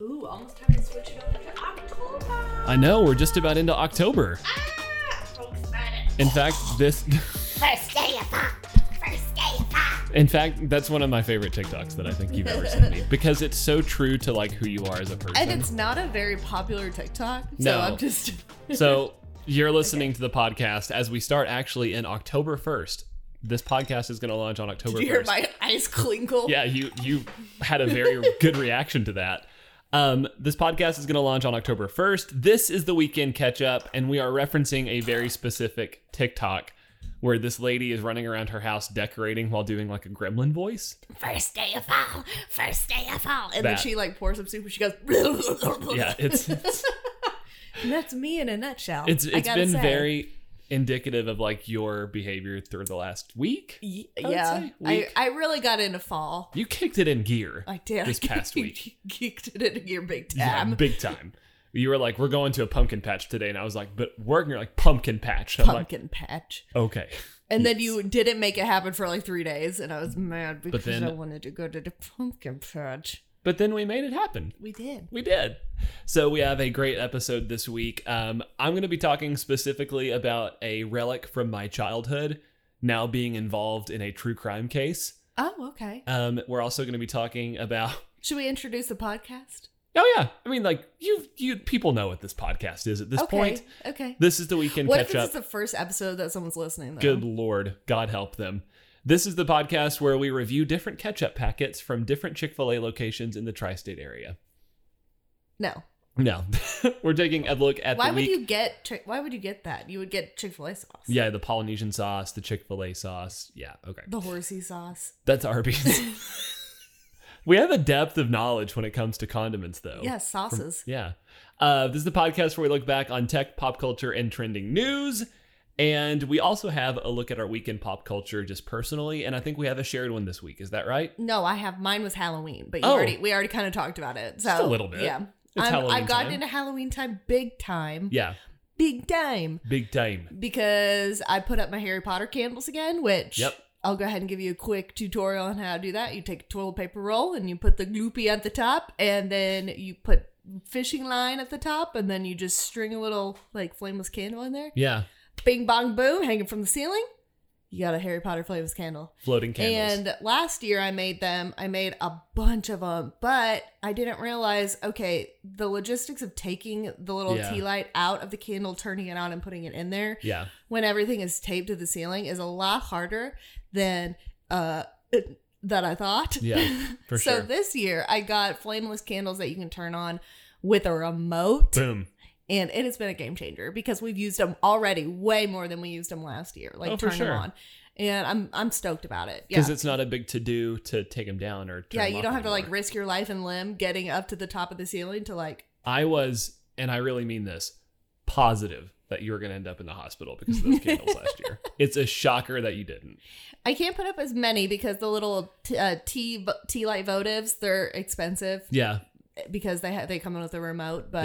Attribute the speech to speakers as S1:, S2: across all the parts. S1: Ooh, almost time to switch it over to October.
S2: I know, we're just about into October.
S1: Ah, so excited.
S2: In fact, this
S3: First day of pop. First day of pop.
S2: in fact, that's one of my favorite TikToks that I think you've ever sent me because it's so true to like who you are as a person.
S4: And it's not a very popular TikTok,
S2: No.
S4: so I'm just
S2: So you're listening to the podcast as we start actually in October 1st. This podcast is going to launch on October
S4: you hear
S2: 1st.
S4: my eyes clinkle.
S2: yeah, you you had a very good reaction to that. Um, this podcast is going to launch on October 1st. This is the weekend catch up, and we are referencing a very specific TikTok where this lady is running around her house decorating while doing like a gremlin voice.
S3: First day of fall. First day of fall.
S4: And then
S2: That.
S4: she like pours some soup and she goes,
S2: Yeah, it's it's
S4: And that's me in a nutshell.
S2: it's,
S4: I
S2: it's
S4: gotta
S2: been
S4: say.
S2: very indicative of like your behavior through the last week.
S4: Y-
S2: I would
S4: yeah.
S2: say.
S4: I,
S2: Week.
S4: I really got into fall.
S2: You kicked it in gear.
S4: I did.
S2: This past week.
S4: Geeked it into your big
S2: Yeah,
S4: tab.
S2: big time. You were like, we're going to a pumpkin patch today, and I was like, but we're and you're like pumpkin patch. I'm like,
S4: Pumpkin patch.
S2: okay.
S4: And then you didn't make it happen for like three days, and I was mad because
S2: then-
S4: I wanted to go to the pumpkin patch.
S2: But then we made it happen.
S4: We did.
S2: We did. So we have a great episode this week. Um, I'm going to be talking specifically about a relic from my childhood now being involved in a true crime case.
S4: Oh, okay.
S2: Um, we're also going to be talking about.
S4: Should we introduce the podcast?
S2: Oh yeah, I mean, like you, you people know what this podcast is at this
S4: okay.
S2: point.
S4: Okay.
S2: This is the weekend
S4: What if
S2: catch
S4: this
S2: up.
S4: is the first episode that someone's listening? Though?
S2: Good lord, God help them. This is the podcast where we review different ketchup packets from different Chick fil A locations in the tri state area.
S4: No.
S2: No, we're taking a look at
S4: Why
S2: the
S4: would
S2: week.
S4: you get? Chi- Why would you get that? You would get Chick Fil A sauce.
S2: Yeah, the Polynesian sauce, the Chick fil A sauce. Yeah, okay.
S4: The horsey sauce.
S2: That's Arby's. we have a depth of knowledge when it comes to condiments, though.
S4: Yeah, sauces.
S2: Yeah. Uh, this is the podcast where we look back on tech, pop culture, and trending news. And we also have a look at our week in pop culture just personally. And I think we have a shared one this week. Is that right?
S4: No, I have mine was Halloween, but you
S2: Oh.
S4: already we already kind of talked about it. So
S2: Just a little bit.
S4: Yeah.
S2: It's
S4: I'm-
S2: Halloween
S4: I've gotten
S2: time.
S4: into Halloween time big time.
S2: Yeah.
S4: Big time.
S2: Big time.
S4: Because I put up my Harry Potter candles again, which
S2: Yep.
S4: I'll go ahead and give you a quick tutorial on how to do that. You take a toilet paper roll and you put the gloopy at the top, and then you put fishing line at the top, and then you just string a little like flameless candle in there.
S2: Yeah.
S4: Bing bong boom, hanging from the ceiling. You got a Harry Potter flameless candle.
S2: Floating candles.
S4: And last year I made them. I made a bunch of them, but I didn't realize okay, the logistics of taking the little
S2: Yeah.
S4: tea light out of the candle, turning it on, and putting it in there
S2: yeah.
S4: when everything is taped to the ceiling is a lot harder than uh that I thought.
S2: Yeah, for
S4: so
S2: sure.
S4: this year I got flameless candles that you can turn on with a remote
S2: Boom.
S4: and it has been a game changer because we've used them already way more than we used them last year. Like
S2: Oh, for
S4: turn
S2: sure.
S4: them on. And I'm I'm stoked about it. Yeah.
S2: Because it's not a big to do to take them down or turn
S4: yeah,
S2: 'em
S4: you
S2: off
S4: don't have to like
S2: anymore.
S4: risk your life and limb getting up to the top of the ceiling to like
S2: I was, and I really mean this, positive that you were going to end up in the hospital because of those candles last year. It's a shocker that you didn't.
S4: I can't put up as many because the little t- uh, tea vo- tea light votives they're expensive.
S2: Yeah.
S4: because they ha- they come in with a remote, but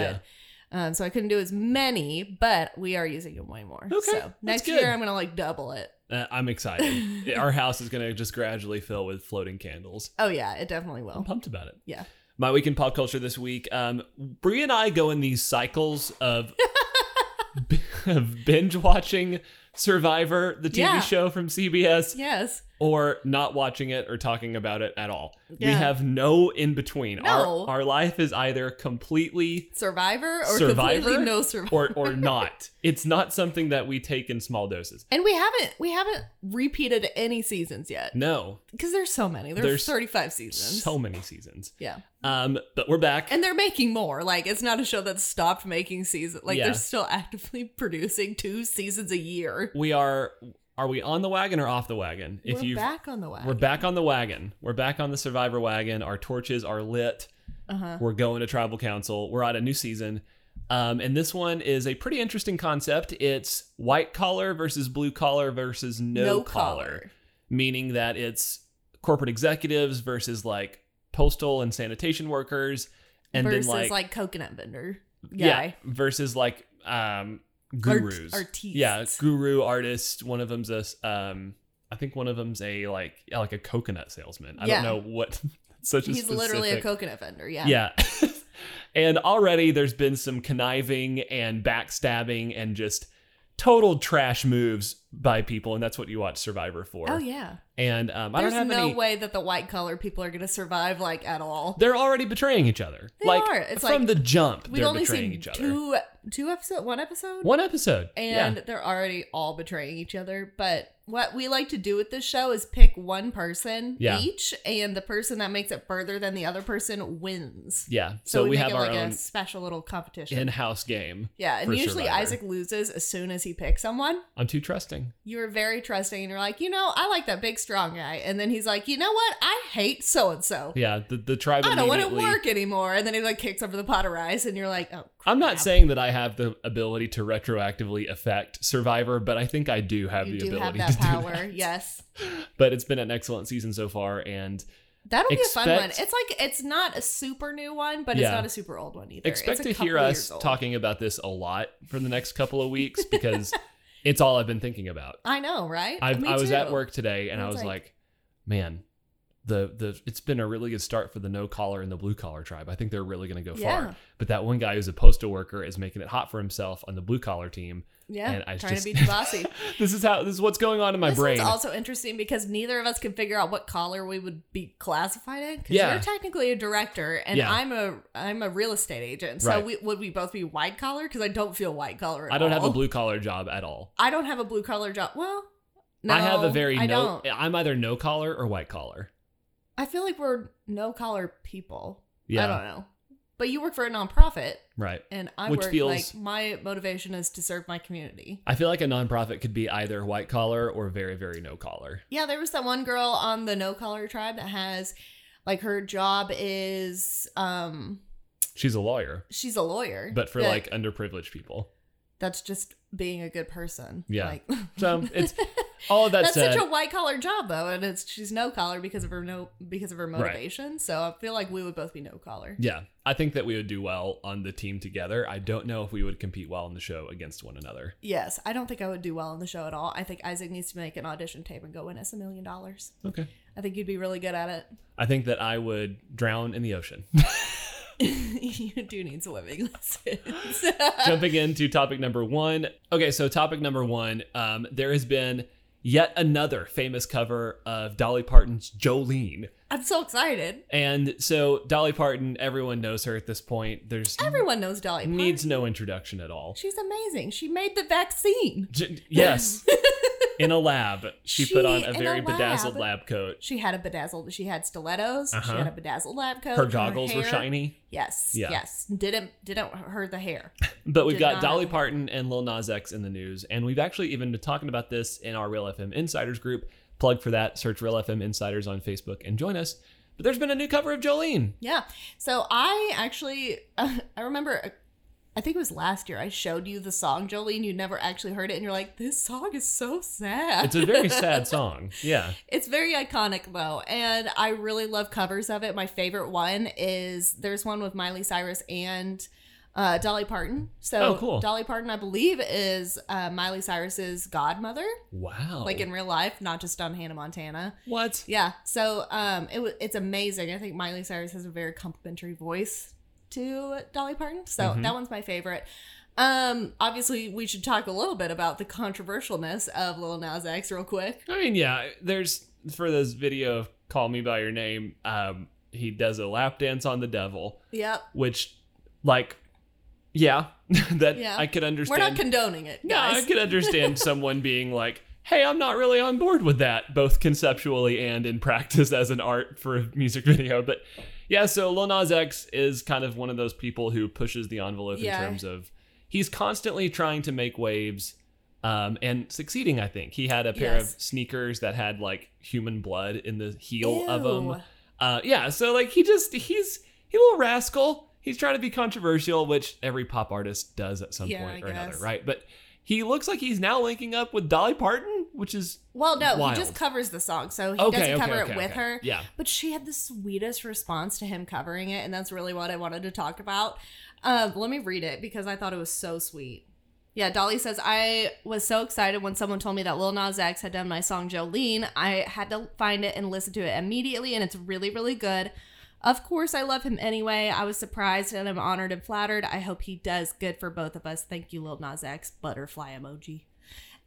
S2: Yeah.
S4: um, so I couldn't do as many, but we are using them way more.
S2: Okay, that's
S4: so next
S2: good.
S4: year I'm gonna like double it.
S2: Uh, I'm excited. Our house is going to just gradually fill with floating candles.
S4: Oh yeah, it definitely
S2: I'm
S4: will.
S2: pumped about it.
S4: Yeah.
S2: My week in pop culture this week. Um, Bree and I go in these cycles of, of binge watching Survivor, the TV
S4: Yeah.
S2: show from CBS,
S4: Yes.
S2: or not watching it or talking about it at all. We
S4: Yeah.
S2: have no in between.
S4: No.
S2: Our, our life is either completely
S4: Survivor or
S2: Survivor
S4: completely no survivor.
S2: or, or not. It's not something that we take in small doses.
S4: and we haven't we haven't repeated any seasons yet.
S2: No,
S4: Because there's so many. There's,
S2: There's
S4: 35 seasons.
S2: so many seasons.
S4: yeah.
S2: Um, but we're back.
S4: And they're making more. Like it's not a show that stopped making seasons. Like
S2: Yeah.
S4: they're still actively producing two seasons a year.
S2: we are are we on the wagon or off the wagon? If
S4: we're
S2: you
S4: back on the wagon.
S2: we're back on the wagon. We're back on the survivor wagon. Our torches are lit.
S4: Uh-huh.
S2: We're going to tribal council. We're on a new season. Um, and this one is a pretty interesting concept. It's white collar versus blue collar versus no, collar, meaning that it's corporate executives versus like postal and sanitation workers, and
S4: versus
S2: then like,
S4: like, coconut vendor
S2: yeah,
S4: guy.
S2: versus like um
S4: Art-
S2: gurus,
S4: artistes.
S2: yeah, guru artist. One of them's a s- um, I think one of them's a like yeah, like a coconut salesman. I
S4: Yeah.
S2: don't know what such a
S4: He's literally a
S2: specific-
S4: coconut vendor. Yeah.
S2: yeah. And already there's been some conniving and backstabbing and just total trash moves by people, and that's what you watch Survivor for.
S4: Oh yeah.
S2: And um, I
S4: There's
S2: don't have
S4: no
S2: any.
S4: way that the white collar people are going to survive like at all.
S2: They're already betraying each other.
S4: They
S2: like
S4: are. It's
S2: from
S4: like,
S2: the jump,
S4: We've
S2: they're
S4: only
S2: betraying
S4: seen
S2: each other.
S4: two two episode one episode.
S2: One episode. Yeah.
S4: and they're already all betraying each other. But what we like to do with this show is pick one person
S2: Yeah.
S4: each, and the person that makes it further than the other person wins.
S2: Yeah.
S4: So, we, make
S2: have
S4: it
S2: our
S4: like
S2: own
S4: a special little competition.
S2: in-house game.
S4: yeah, and
S2: for
S4: usually
S2: Survivor.
S4: Isaac loses as soon as he picks someone.
S2: I'm too trusting.
S4: You're very trusting, and you're like, you know, I like that big strong guy, and then he's like, you know what, I hate so and so.
S2: Yeah. The the tribe.
S4: I don't want to
S2: immediately-
S4: work anymore, and then he like kicks over the pot of rice, and you're like, oh.
S2: I'm not
S4: crap.
S2: saying that I have the ability to retroactively affect Survivor, but I think I do have
S4: you
S2: the
S4: do have
S2: ability
S4: that
S2: to
S4: power.
S2: do that.
S4: Yes.
S2: But it's been an excellent season so far, and
S4: That'll be a fun one.
S2: Expect-
S4: It's like it's not a super new one, but it's
S2: Yeah.
S4: not a super old one either. It's
S2: expect
S4: a
S2: to hear
S4: couple
S2: us
S4: years old.
S2: talking about this a lot for the next couple of weeks because it's all I've been thinking about.
S4: I know, right?
S2: I,
S4: Me
S2: I was at
S4: too.
S2: work today and
S4: I
S2: I
S4: was
S2: was
S4: like-
S2: like, man, the the it's been a really good start for the no collar and the blue collar tribe. I think they're really going to go
S4: Yeah.
S2: far. But that one guy who's a postal worker is making it hot for himself on the blue collar team.
S4: Yeah,
S2: and I
S4: trying
S2: just-
S4: to be too bossy.
S2: This is how this is what's going on in my
S4: this
S2: brain.
S4: one's also interesting because neither of us can figure out what collar we would be classified in. Because
S2: Yeah.
S4: you're technically a director, and
S2: Yeah.
S4: I'm a I'm a real estate agent. So
S2: Right.
S4: we, would we both be white collar? Because I don't feel white collar. At
S2: I don't have a
S4: all.
S2: blue collar job at all.
S4: I don't have a blue collar job. Well, no,
S2: I have a very
S4: I
S2: no.
S4: don't.
S2: I'm either no collar or white collar.
S4: I feel like we're no collar people.
S2: Yeah,
S4: I don't know. But you work for a nonprofit,
S2: right.
S4: and I
S2: Which
S4: work
S2: feels-
S4: like my motivation is to serve my community.
S2: I feel like a nonprofit could be either white collar or very, very no collar.
S4: Yeah, there was that one girl on the no collar tribe that has like her job is um
S2: She's a lawyer,
S4: she's a lawyer.
S2: but for
S4: that-
S2: like underprivileged people.
S4: that's just being a good person.
S2: Yeah.
S4: Like
S2: So it's all of that
S4: that's
S2: said.
S4: such a white collar job though, and it's she's no collar because of her no because of her
S2: Right.
S4: motivation. So I feel like we would both be no collar.
S2: yeah, I think that we would do well on the team together. I don't know if we would compete well on the show against one another.
S4: Yes, I don't think I would do well on the show at all. I think Isaac needs to make an audition tape and go win us a million dollars.
S2: Okay.
S4: I think you'd be really good at it.
S2: I think that I would drown in the ocean.
S4: you do need swimming lessons.
S2: Jumping into topic number one. Okay, so topic number one. Um, there has been yet another famous cover of Dolly Parton's Jolene.
S4: I'm so excited.
S2: And so Dolly Parton, everyone knows her at this point. There's
S4: Everyone knows Dolly Parton.
S2: needs no introduction at all.
S4: She's amazing. She made the vaccine.
S2: J- yes. in a lab, she,
S4: She-
S2: put on a
S4: in a
S2: very bedazzled
S4: lab.
S2: lab coat.
S4: She had a bedazzled. She had stilettos.
S2: Uh-huh.
S4: She had a bedazzled lab coat.
S2: Her goggles were
S4: Oh, hair-
S2: shiny.
S4: Yes.
S2: Yeah.
S4: Yes. Didn't didn't hurt the hair.
S2: But we've
S4: Did
S2: got
S4: not.
S2: Dolly Parton and Lil Nas X in the news, and we've actually even been talking about this in our Real FM Insiders group. Plug for that. Search Real FM Insiders on Facebook and join us. But there's been a new cover of Jolene.
S4: Yeah. So I actually, I remember, uh, I think it was last year. I showed you the song Jolene. You never actually heard it, and you're like, "This song is so sad."
S2: It's a very sad song. Yeah.
S4: It's very iconic though, and I really love covers of it. My favorite one is there's one with Miley Cyrus and uh, Dolly Parton. So
S2: Oh, cool.
S4: Dolly Parton, I believe, is uh, Miley Cyrus's godmother,
S2: Wow.
S4: like in real life, not just on Hannah Montana.
S2: what?
S4: Yeah, so um, it wa it's amazing. I think Miley Cyrus has a very complimentary voice to Dolly Parton, so
S2: Mhm.
S4: that one's my favorite. Um, obviously, we should talk a little bit about the controversialness of Lil Nas X real quick.
S2: I mean, yeah. There's for this video of "Call Me by Your Name." Um, he does a lap dance on the devil,
S4: Yep.
S2: which, like, yeah, that
S4: Yeah.
S2: I could
S4: We're
S2: understand.
S4: not condoning it,
S2: No, I
S4: guys.
S2: could understand someone being like, "Hey, I'm not really on board with that, both conceptually and in practice as an art for a music video." But yeah, so Lil Nas X is kind of one of those people who pushes the envelope
S4: Yeah.
S2: in terms of he's constantly trying to make waves um, and succeeding. I think he had a pair
S4: Yes.
S2: of sneakers that had like human blood in the heel of
S4: Ew.
S2: them. Uh, yeah, so like he just he's he a little rascal. He's trying to be controversial, which every pop artist does at some
S4: Yeah,
S2: point
S4: I
S2: or another,
S4: guess.
S2: right? But he looks like he's now linking up with Dolly Parton, which is
S4: Well, no,
S2: Wild.
S4: he just covers the song, so he
S2: okay.
S4: doesn't
S2: okay,
S4: cover
S2: okay,
S4: it with
S2: okay.
S4: her.
S2: Yeah,
S4: But she had the sweetest response to him covering it, and that's really what I wanted to talk about. Um, let me read it because I thought it was so sweet. Yeah, Dolly says, I was so excited when someone told me that Lil Nas X had done my song Jolene. I had to find it and listen to it immediately, and it's really, really good. Of course, I love him anyway. I was surprised and I'm honored and flattered. I hope he does good for both of us. Thank you, Lil Nas X. Butterfly emoji.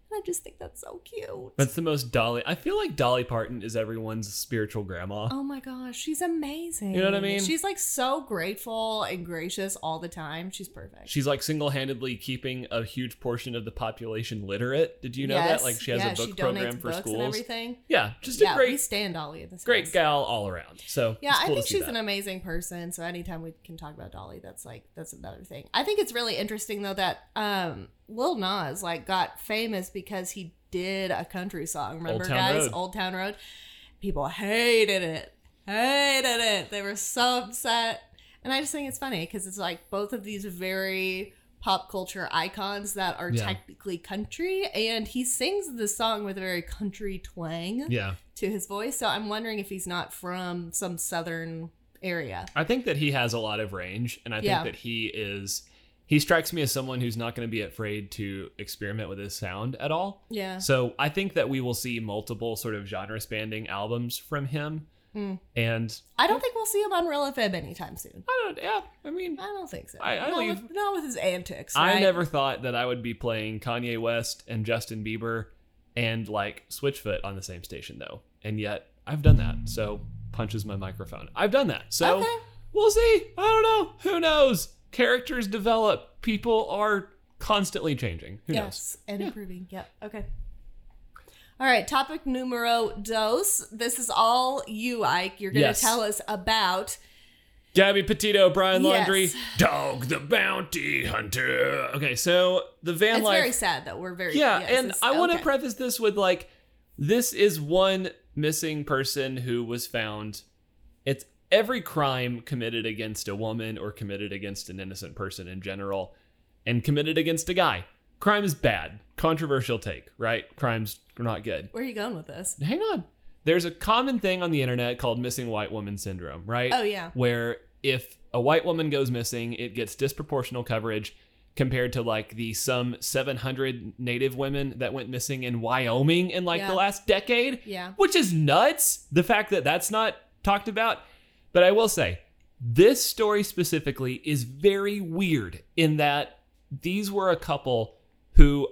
S4: And I just think that's so cute.
S2: That's the most Dolly. I feel like Dolly Parton is everyone's spiritual grandma.
S4: Oh my gosh, she's amazing.
S2: You know what I mean?
S4: She's like so grateful and gracious all the time. She's perfect.
S2: She's like single handedly keeping a huge portion of the population literate. Did you know that?
S4: Yes,
S2: Like she has
S4: yeah,
S2: a book
S4: she
S2: program
S4: donates
S2: for
S4: books and
S2: schools.
S4: everything.
S2: Yeah, just a
S4: yeah, we
S2: great,
S4: stand Dolly in this.
S2: great
S4: house.
S2: gal all around. So
S4: Yeah,
S2: it's cool
S4: I think
S2: to see
S4: she's
S2: that.
S4: an amazing person. So anytime we can talk about Dolly, that's like that's another thing. I think it's really interesting though that um Lil Nas like got famous because he did a country song. Remember,
S2: Town
S4: guys,
S2: Road.
S4: Old Town Road. People hated it, hated it. They were so upset, and I just think it's funny because it's like both of these very pop culture icons that are
S2: Yeah.
S4: technically country, and he sings the song with a very country twang
S2: Yeah,
S4: to his voice. So I'm wondering if he's not from some southern area.
S2: I think that he has a lot of range, and I think
S4: Yeah.
S2: that he is. He strikes me as someone who's not going to be afraid to experiment with his sound at all.
S4: Yeah.
S2: So I think that we will see multiple sort of genre spanning albums from him.
S4: Hmm.
S2: And
S4: I don't think we'll see him on Real FM anytime soon.
S2: I don't, yeah, I mean,
S4: I don't think so.
S2: I- I
S4: not,
S2: leave-
S4: with, not with his antics.
S2: I
S4: right?
S2: never thought that I would be playing Kanye West and Justin Bieber and like Switchfoot on the same station though. And yet I've done that. So punches my microphone. I've done that. So
S4: Okay.
S2: we'll see. I don't know. Who knows? Characters develop. People are constantly changing. Who knows?
S4: yes. And improving. Yep. Okay. All right. Topic numero dos. This is all you, Ike. You're going to
S2: Yes.
S4: tell us about.
S2: Gabby Petito, Brian Laundry,
S4: Yes.
S2: Dog the Bounty Hunter. Okay, so the van
S4: it's
S2: life
S4: very sad that we're very.
S2: yeah
S4: yes,
S2: and
S4: it's-
S2: i want to
S4: okay.
S2: preface this with like this is one missing person who was found it's every crime committed against a woman or committed against an innocent person in general and committed against a guy crime is bad controversial take right crime's not good
S4: Where are you going with this?
S2: hang on there's a common thing on the internet called missing white woman syndrome right
S4: Oh, yeah.
S2: where if a white woman goes missing, it gets disproportional coverage compared to like the some 700 native women that went missing in Wyoming in like
S4: Yeah.
S2: the last decade,
S4: Yeah.
S2: which is nuts. The fact that that's not talked about. But I will say, this story specifically is very weird in that these were a couple who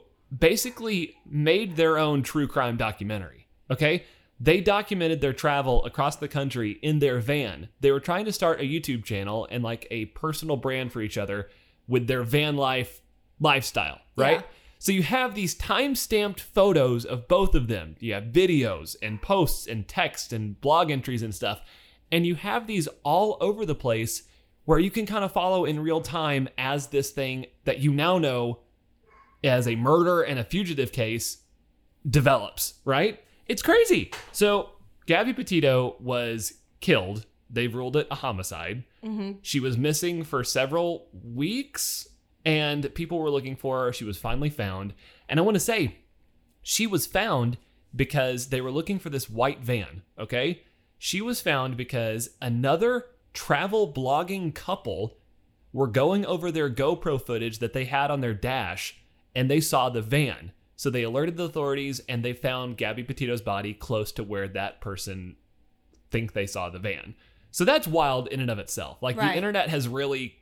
S2: basically made their own true crime documentary. Okay? They documented their travel across the country in their van. They were trying to start a YouTube channel and like a personal brand for each other with their van life lifestyle, right?
S4: Yeah.
S2: So you have these time-stamped photos of both of them. You have videos and posts and text and blog entries and stuff. And you have these all over the place where you can kind of follow in real time as this thing that you now know as a murder and a fugitive case develops, right? It's crazy. So Gabby Petito was killed. They've ruled it a homicide.
S4: hmm
S2: She was missing for several weeks and people were looking for her. She was finally found. And I want to say, she was found because they were looking for this white van, okay? She was found because another travel blogging couple were going over their GoPro footage that they had on their dash and they saw the van. So they alerted the authorities and they found Gabby Petito's body close to where that person think they saw the van. So that's wild in and of itself. Like
S4: Right.
S2: the internet has really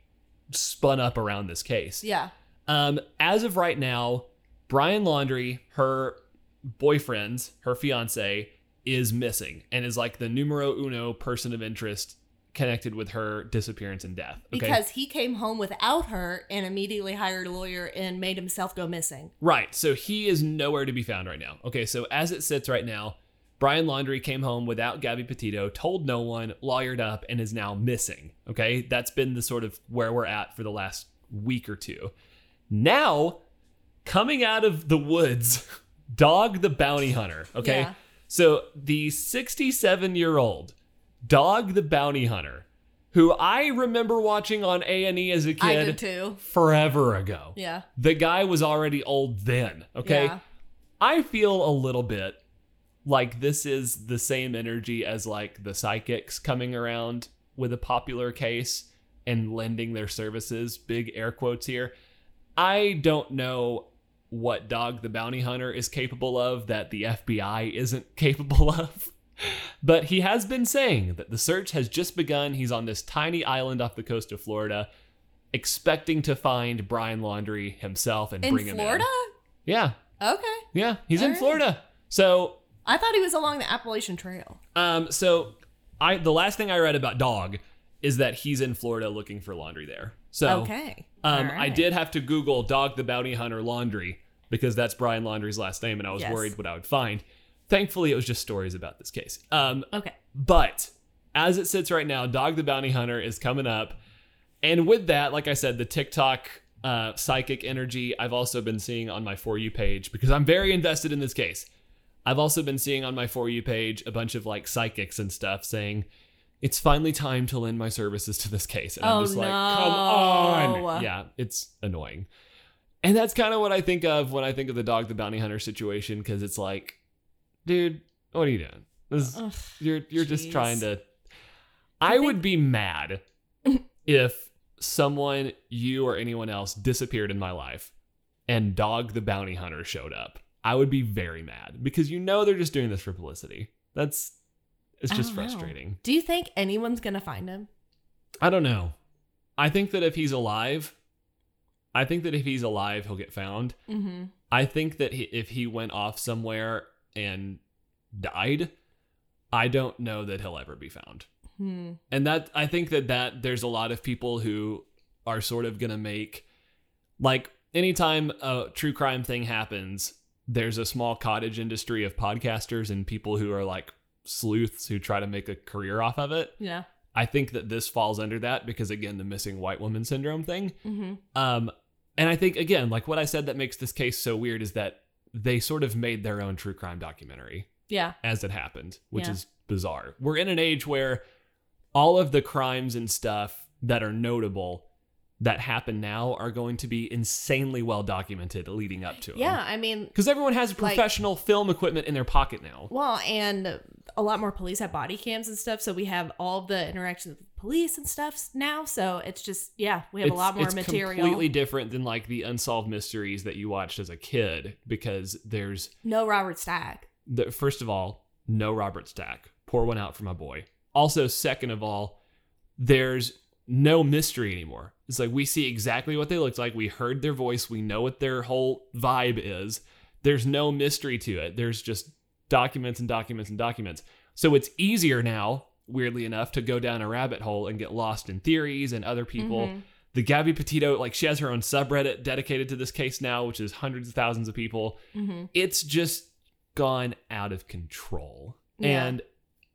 S2: spun up around this case.
S4: Yeah.
S2: Um, as of right now, Brian Laundry, her boyfriend, her fiance, is missing and is like the numero uno person of interest connected with her disappearance and death. Okay.
S4: Because he came home without her and immediately hired a lawyer and made himself go missing.
S2: right. So he is nowhere to be found right now. Okay. So as it sits right now, Brian Laundry came home without Gabby Petito, told no one, lawyered up, and is now missing. Okay. That's been the sort of where we're at for the last week or two. Now, coming out of the woods, Dog the Bounty Hunter. Okay.
S4: Yeah.
S2: So the 67 year old Dog the Bounty Hunter, who I remember watching on A&E as a
S4: I did
S2: kid
S4: too.
S2: forever ago.
S4: Yeah.
S2: The guy was already old then. Okay.
S4: Yeah.
S2: I feel a little bit like this is the same energy as like the psychics coming around with a popular case and lending their services, big air quotes here. I don't know what Dog the Bounty Hunter is capable of that the FBI isn't capable of. But he has been saying that the search has just begun. He's on this tiny island off the coast of Florida, expecting to find Brian Laundry himself and
S4: In
S2: bring
S4: Florida?
S2: him in. Yeah,
S4: Okay.
S2: yeah, he's in
S4: Alright.
S2: Florida. So,
S4: I thought he was along the Appalachian Trail.
S2: um, so I the last thing I read about Dog is that he's in Florida looking for laundry there. So
S4: okay.
S2: Um, I
S4: Alright.
S2: did have to Google Dog the Bounty Hunter Laundry because that's Brian Laundry's last name, and I was
S4: Yes.
S2: worried what I would find. Thankfully, it was just stories about this case. Um,
S4: Okay.
S2: but as it sits right now, Dog the Bounty Hunter is coming up. And with that, like I said, the TikTok uh, psychic energy I've also been seeing on my For You page because I'm very invested in this case. I've also been seeing on my For You page a bunch of like psychics and stuff saying, it's finally time to lend my services to this case. And
S4: Oh,
S2: I'm just like, come
S4: no.
S2: on. Yeah, it's annoying. And that's kind of what I think of when I think of the Dog the Bounty Hunter situation because it's like, dude, what are you doing? This,
S4: Ugh.
S2: you're you're just
S4: Jeez.
S2: trying to. I, would be mad if someone, you or anyone else, disappeared in my life, and Dog the Bounty Hunter showed up. I would be very mad because you know they're just doing this for publicity. That's it's
S4: I
S2: just
S4: don't know.
S2: frustrating.
S4: Do you think anyone's gonna find him?
S2: I don't know. I think that if he's alive, I think that if he's alive, he'll get found.
S4: Mm-hmm.
S2: I think that he, if he went off somewhere and died, I don't know that he'll ever be found.
S4: Hmm.
S2: and that i think that that there's a lot of people who are sort of gonna make like anytime a true crime thing happens there's a small cottage industry of podcasters and people who are like sleuths who try to make a career off of it
S4: Yeah.
S2: i think that this falls under that because again the missing white woman syndrome thing
S4: Mm-hmm.
S2: um and i think again like what i said that makes this case so weird is that they sort of made their own true crime documentary
S4: Yeah.
S2: as it happened, which
S4: Yeah.
S2: is bizarre. We're in an age where all of the crimes and stuff that are notable that happen now are going to be insanely well documented leading up to it.
S4: Yeah. I mean,
S2: Because everyone has
S4: Like-
S2: professional film equipment in their pocket now.
S4: well, and a lot more police have body cams and stuff, so we have all the interactions with police and stuff now. So it's just yeah, we have a lot more
S2: it's
S4: material.
S2: completely different than like the unsolved mysteries that you watched as a kid because there's,
S4: no Robert Stack.
S2: the, first of all, no Robert Stack. Pour one out for my boy. Also, second of all, there's no mystery anymore. It's like we see exactly what they looked like. We heard their voice. We know what their whole vibe is. There's no mystery to it. There's just documents and documents and documents. So it's easier now, weirdly enough, to go down a rabbit hole and get lost in theories and other people.
S4: Mhm.
S2: The Gabby Petito, like she has her own subreddit dedicated to this case now, which is hundreds of thousands of people
S4: Mm-hmm.
S2: it's just gone out of control.
S4: Yeah.
S2: And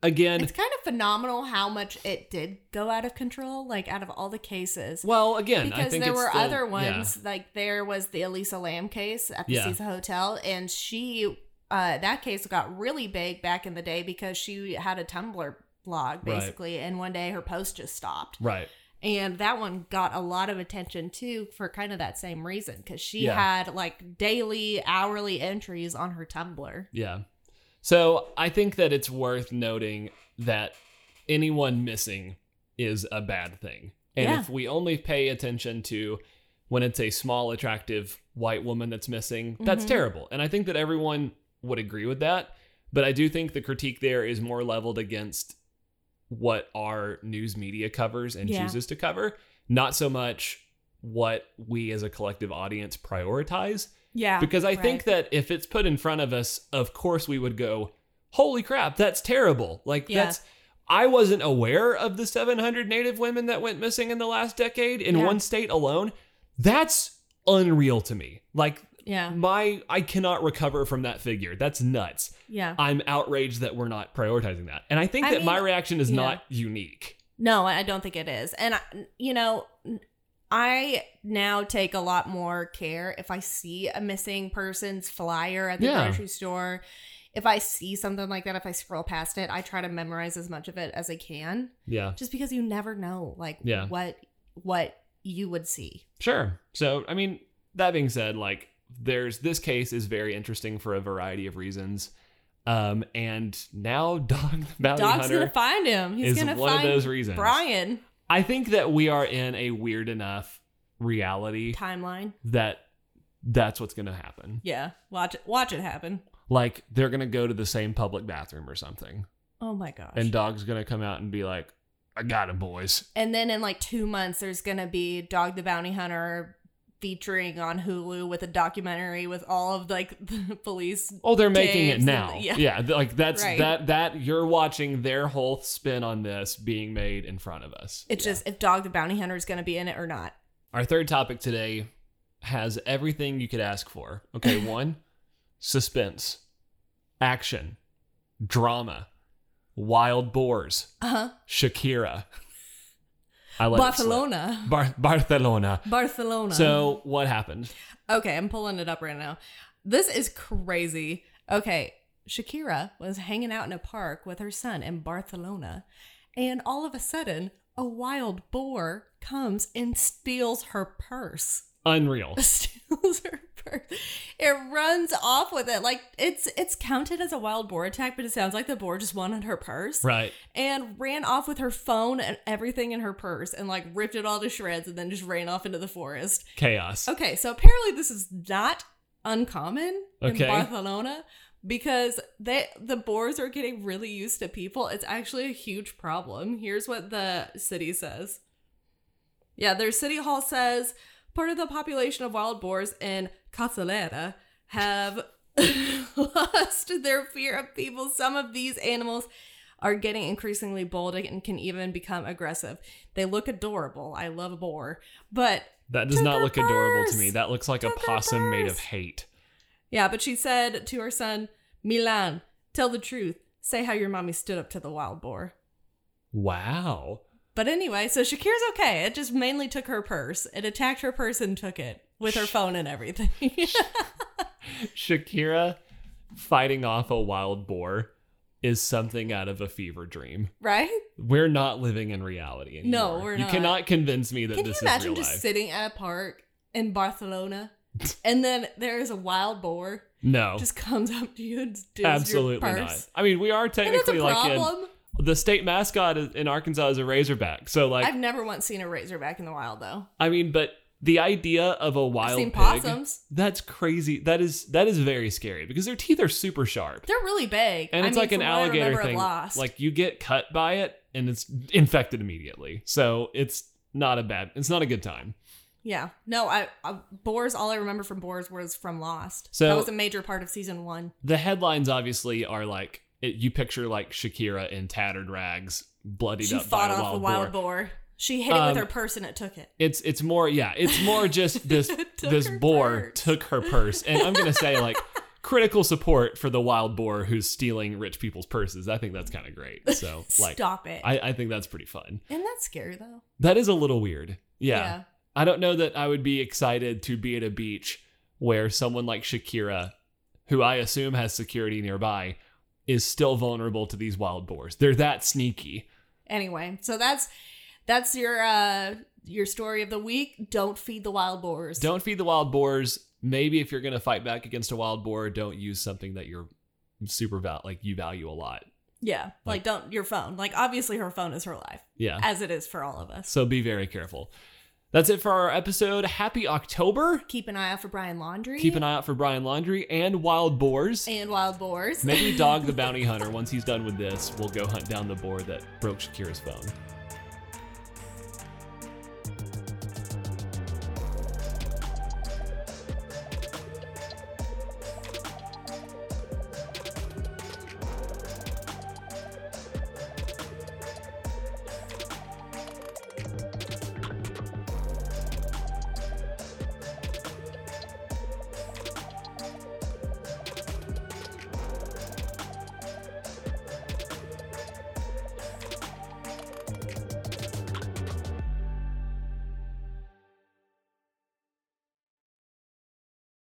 S2: again,
S4: It's kind of phenomenal how much it did go out of control. Like out of all the cases,
S2: well, again, I
S4: because
S2: think
S4: there
S2: it's
S4: were
S2: still-
S4: other
S2: yeah.
S4: ones like there was the elisa lamb case at the
S2: Yeah.
S4: Caesar hotel and she uh, that case got really big back in the day because she had a tumblr blog
S2: Right.
S4: basically and one day her post just stopped
S2: Right.
S4: and that one got a lot of attention too for kind of that same reason because she
S2: Yeah.
S4: had like daily hourly entries on her tumblr
S2: Yeah. So I think that it's worth noting that anyone missing is a bad thing. And
S4: Yeah.
S2: if we only pay attention to when it's a small, attractive white woman that's missing, that's
S4: Mhm.
S2: terrible. And I think that everyone would agree with that. But I do think the critique there is more leveled against what our news media covers and
S4: Yeah.
S2: chooses to cover, not so much what we as a collective audience prioritize.
S4: yeah
S2: Because I
S4: right.
S2: think that if it's put in front of us, of course we would go, "Holy crap, that's terrible!" Like
S4: Yeah.
S2: that's. I wasn't aware of the 700 Native women that went missing in the last decade in
S4: Yeah.
S2: one state alone. That's unreal to me. Like
S4: yeah
S2: my, I cannot recover from that figure. That's nuts.
S4: yeah
S2: I'm outraged that we're not prioritizing that. And I think
S4: I
S2: that my
S4: mean,
S2: reaction is
S4: yeah.
S2: not unique.
S4: No, I I don't think it is. And, I, you know, I now take a lot more care if I see a missing person's flyer at the
S2: Yeah.
S4: grocery store. If I see something like that, if I scroll past it, I try to memorize as much of it as I can,
S2: Yeah,
S4: just because you never know, like
S2: Yeah.
S4: what what you would see.
S2: sure. So I mean, that being said, like there's this case is very interesting for a variety of reasons. Um, and now Dog the Bounty
S4: Dog's
S2: Hunter
S4: gonna find him. He's
S2: is
S4: gonna
S2: one
S4: find
S2: of those reasons.
S4: Brian
S2: I think that we are in a weird enough reality
S4: timeline.
S2: that that's what's gonna happen.
S4: Yeah, watch it. Watch it happen.
S2: Like they're gonna go to the same public bathroom or something.
S4: Oh my gosh.
S2: and dog's gonna come out and be like, "I got it, boys."
S4: And then in like two months, there's going to be Dog the Bounty Hunter featuring on Hulu with a documentary with all of like the police.
S2: Oh, they're making it
S4: Dave's
S2: now.
S4: and-
S2: Yeah,
S4: yeah.
S2: th- like that's
S4: Right.
S2: that that you're watching their whole spin on this being made in front of us.
S4: It's just if Dog the Bounty Hunter is going to be in it or not.
S2: Our third topic today has everything you could ask for. Okay, one, suspense, action, drama, wild boars,
S4: Uh huh.
S2: Shakira. I let it slip.
S4: Barcelona.
S2: Bar- Barcelona.
S4: Barcelona.
S2: So what happened?
S4: Okay, I'm pulling it up right now. This is crazy. Okay, Shakira was hanging out in a park with her son in Barcelona, and all of a sudden, a wild boar comes and steals her purse.
S2: Unreal.
S4: Steals her purse. It runs off with it. Like it's it's counted as a wild boar attack, but it sounds like the boar just wanted her purse
S2: Right.
S4: and ran off with her phone and everything in her purse and like ripped it all to shreds and then just ran off into the forest.
S2: Chaos.
S4: Okay, so apparently this is not uncommon
S2: Okay.
S4: in Barcelona because they the boars are getting really used to people. It's actually a huge problem. Here's what the city says. Yeah, their city hall says part of the population of wild boars in Casalera have lost their fear of people. Some of these animals are getting increasingly bold and can even become aggressive. They look adorable. I love a boar, but
S2: That does
S4: Took
S2: not
S4: her
S2: look adorable to
S4: purse.
S2: me. That looks like a
S4: Took her
S2: possum made of
S4: purse.
S2: hate.
S4: Yeah, but she said to her son, Milan, tell the truth. Say how your mommy stood up to the wild boar.
S2: Wow.
S4: But anyway, so Shakira's okay. It just mainly took her purse. It attacked her purse and took it with her phone and everything.
S2: Shakira fighting off a wild boar is something out of a fever dream.
S4: right?
S2: We're not living in reality anymore.
S4: No, we're
S2: You
S4: not.
S2: cannot convince me that
S4: Can you
S2: this is
S4: imagine
S2: real
S4: just
S2: life.
S4: sitting at a park in Barcelona and then there is a wild boar
S2: no.
S4: just comes up to you and steals
S2: Oh. Absolutely
S4: your
S2: not.
S4: purse?
S2: I mean, we are
S4: And it's a
S2: technically like in
S4: problem.
S2: the state mascot is- in Arkansas is a Razorback. So like
S4: I've never once seen a razorback in the wild though.
S2: I mean, but the idea of a wild
S4: I've seen
S2: pig,
S4: possums.
S2: that's crazy. That is that is very scary because their teeth are super sharp.
S4: They're really big.
S2: and
S4: I
S2: it's
S4: mean,
S2: like an
S4: from what I
S2: alligator
S4: remember, I've
S2: thing.
S4: lost.
S2: Like you get cut by it and it's infected immediately. So it's not a bad. It's not a good time.
S4: Yeah. No, I, I Boars. All I remember from Boars was from Lost.
S2: So-
S4: that was a major part of season one.
S2: The headlines obviously are like it, you picture like Shakira in tattered rags, bloodied
S4: She
S2: up
S4: fought
S2: by a
S4: off
S2: wild,
S4: the wild
S2: boar.
S4: boar. She hit it
S2: Um,
S4: with her purse and it took it.
S2: It's it's more yeah. It's more just this
S4: Took
S2: this
S4: her
S2: boar
S4: purse.
S2: took her purse, and I'm gonna say like. Critical support for the wild boar who's stealing rich people's purses. I think that's kind of great. So, oh, like,
S4: Stop it.
S2: I, I think that's pretty fun.
S4: Isn't that scary though?
S2: That is a little weird. yeah. I don't know that I would be excited to be at a beach where someone like Shakira, who I assume has security nearby, is still vulnerable to these wild boars. They're that sneaky.
S4: Anyway, so that's that's your uh your story of the week. Don't feed the wild boars.
S2: Don't feed the wild boars. Maybe if you're going to fight back against a wild boar, don't use something that you're super val like you value a lot.
S4: Yeah. Like don't your phone. Like obviously her phone is her life,
S2: Yeah.
S4: as it is for all of us.
S2: So be very careful. That's it for our episode. Happy October.
S4: Keep an eye out for Brian Laundry.
S2: Keep an eye out for Brian Laundry and wild boars.
S4: and wild boars.
S2: Maybe Dog the Bounty Hunter, once he's done with this, will go hunt down the boar that broke Shakira's phone.